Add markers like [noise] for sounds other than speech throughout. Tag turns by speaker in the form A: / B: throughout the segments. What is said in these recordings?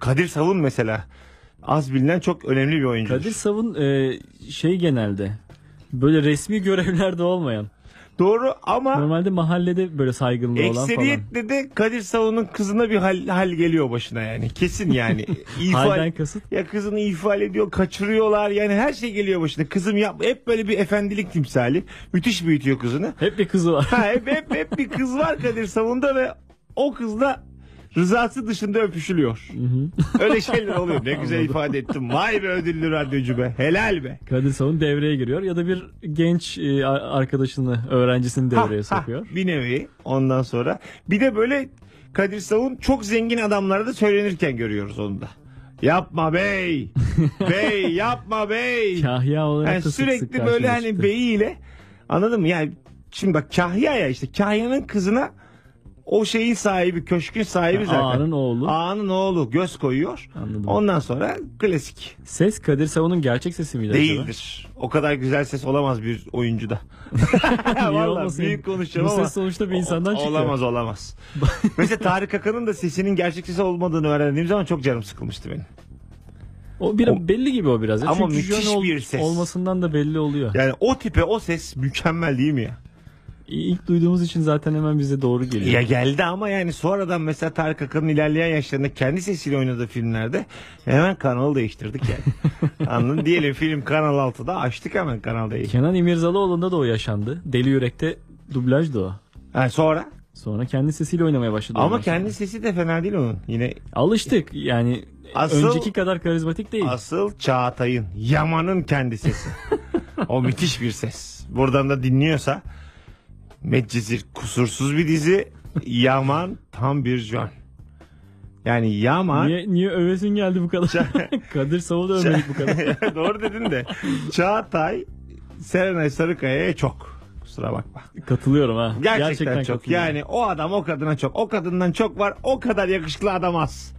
A: Kadir Savun mesela. Az bilinen çok önemli bir oyuncu.
B: Kadir Savun e, şey genelde böyle resmi görevlerde olmayan.
A: Doğru ama
B: Normalde mahallede böyle saygınlığı olan falan.
A: ekseriyetle de Kadir Savun'un kızına bir hal, hal geliyor başına yani. Kesin
B: [laughs]
A: yani. İfa,
B: Halden kasıt.
A: ya kızını ifade ediyor, kaçırıyorlar. Yani her şey geliyor başına. Kızım yap hep böyle bir efendilik timsali. Müthiş büyütüyor kızını.
B: Hep bir kızı var. [laughs]
A: Ha, hep, hep, hep bir kız var Kadir Savun'da ve o kızla rızası dışında öpüşülüyor. Öyle şeyler oluyor.
B: [laughs]
A: Ne güzel ifade ettim. Vay be ödüllü radyocu be. Helal be.
B: Kadir Savun devreye giriyor ya da bir genç e, a- arkadaşını, öğrencisini devreye
A: Ha, ha,
B: sokuyor.
A: bir nevi ondan sonra. Bir de böyle Kadir Savun çok zengin adamlara da söylenirken görüyoruz onu da. Yapma bey.
B: [laughs]
A: bey yapma bey.
B: Kahya olarak
A: Yani
B: da sık
A: sürekli
B: sık
A: böyle
B: karşıma
A: hani
B: çıktı.
A: beyiyle anladın mı? Yani şimdi bak Kahya ya işte Kahya'nın kızına o şeyin sahibi, köşkün sahibi zaten.
B: Ağa'nın oğlu.
A: Ağa'nın oğlu göz koyuyor.
B: Anladım.
A: Ondan sonra klasik.
B: Ses Kadir Savun'un gerçek sesi miydi acaba?
A: Değildir. O kadar güzel ses olamaz bir oyuncuda.
B: [laughs]
A: [laughs]
B: Niye
A: Vallahi
B: olmasın?
A: büyük konuşacağım
B: Bu
A: ama.
B: ses sonuçta bir insandan
A: O-
B: çıkıyor.
A: Olamaz
B: [laughs]
A: olamaz. Mesela Tarık Akan'ın da sesinin gerçek sesi olmadığını öğrendiğim zaman çok canım sıkılmıştı benim.
B: O biraz belli gibi o biraz. ya.
A: Ama
B: Çünkü
A: müthiş
B: jön ol-
A: bir ses.
B: Olmasından da belli oluyor.
A: Yani o tipe o ses mükemmel değil mi ya?
B: İlk duyduğumuz için zaten hemen bize doğru geliyor.
A: Ya geldi ama yani sonradan mesela Tarık Akan'ın ilerleyen yaşlarında kendi sesiyle oynadığı filmlerde hemen kanalı değiştirdik
B: [laughs]
A: yani. Anladın diyelim film Kanal 6'da açtık hemen Kanal D'yi.
B: Kenan İmirzalıoğlu'nda da o yaşandı. Deli Yürek'te dublaj da o.
A: Ha, sonra
B: Sonra kendi sesiyle oynamaya başladı.
A: ama
B: ondan sonra.
A: kendi sesi de fena değil onun. Yine
B: Alıştık yani
A: Asıl-
B: önceki kadar karizmatik değil.
A: asıl Çağatay'ın Yaman'ın kendi sesi. o müthiş bir ses. Buradan da dinliyorsa Medcezir kusursuz bir dizi. Yaman tam bir can. Yani Yaman
B: Niye, niye övesin geldi bu kadar? [laughs] Kadir Savul da övmedik
A: [laughs]
B: bu
A: [laughs]
B: kadar.
A: Doğru dedin de. Çağatay Serenay Sarıkaya'ya çok. Kusura bakma.
B: Katılıyorum ha.
A: Gerçekten, çok.
B: katılıyorum.
A: Yani o adam o kadına çok. O kadından çok var. O kadar yakışıklı adam
B: [laughs]
A: az.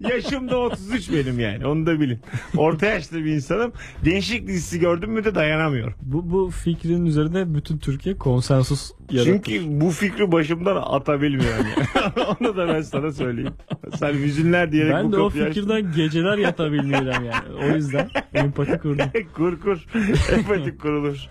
A: Yaşım da 33 benim yani. Onu da bilin. Orta yaşlı bir insanım. Gençlik dizisi gördüm mü de dayanamıyorum.
B: Bu, bu fikrin üzerinde bütün Türkiye konsensus yarattı.
A: Çünkü bu fikri başımdan atabilmiyorum. Yani. [laughs] Onu da ben sana söyleyeyim. Sen hüzünler diyerek bu
B: ben de o
A: kapıyı açtın.
B: fikirden geceler yatabilmiyorum yani. O yüzden empati kurdum.
A: kur kur. Empatik kurulur.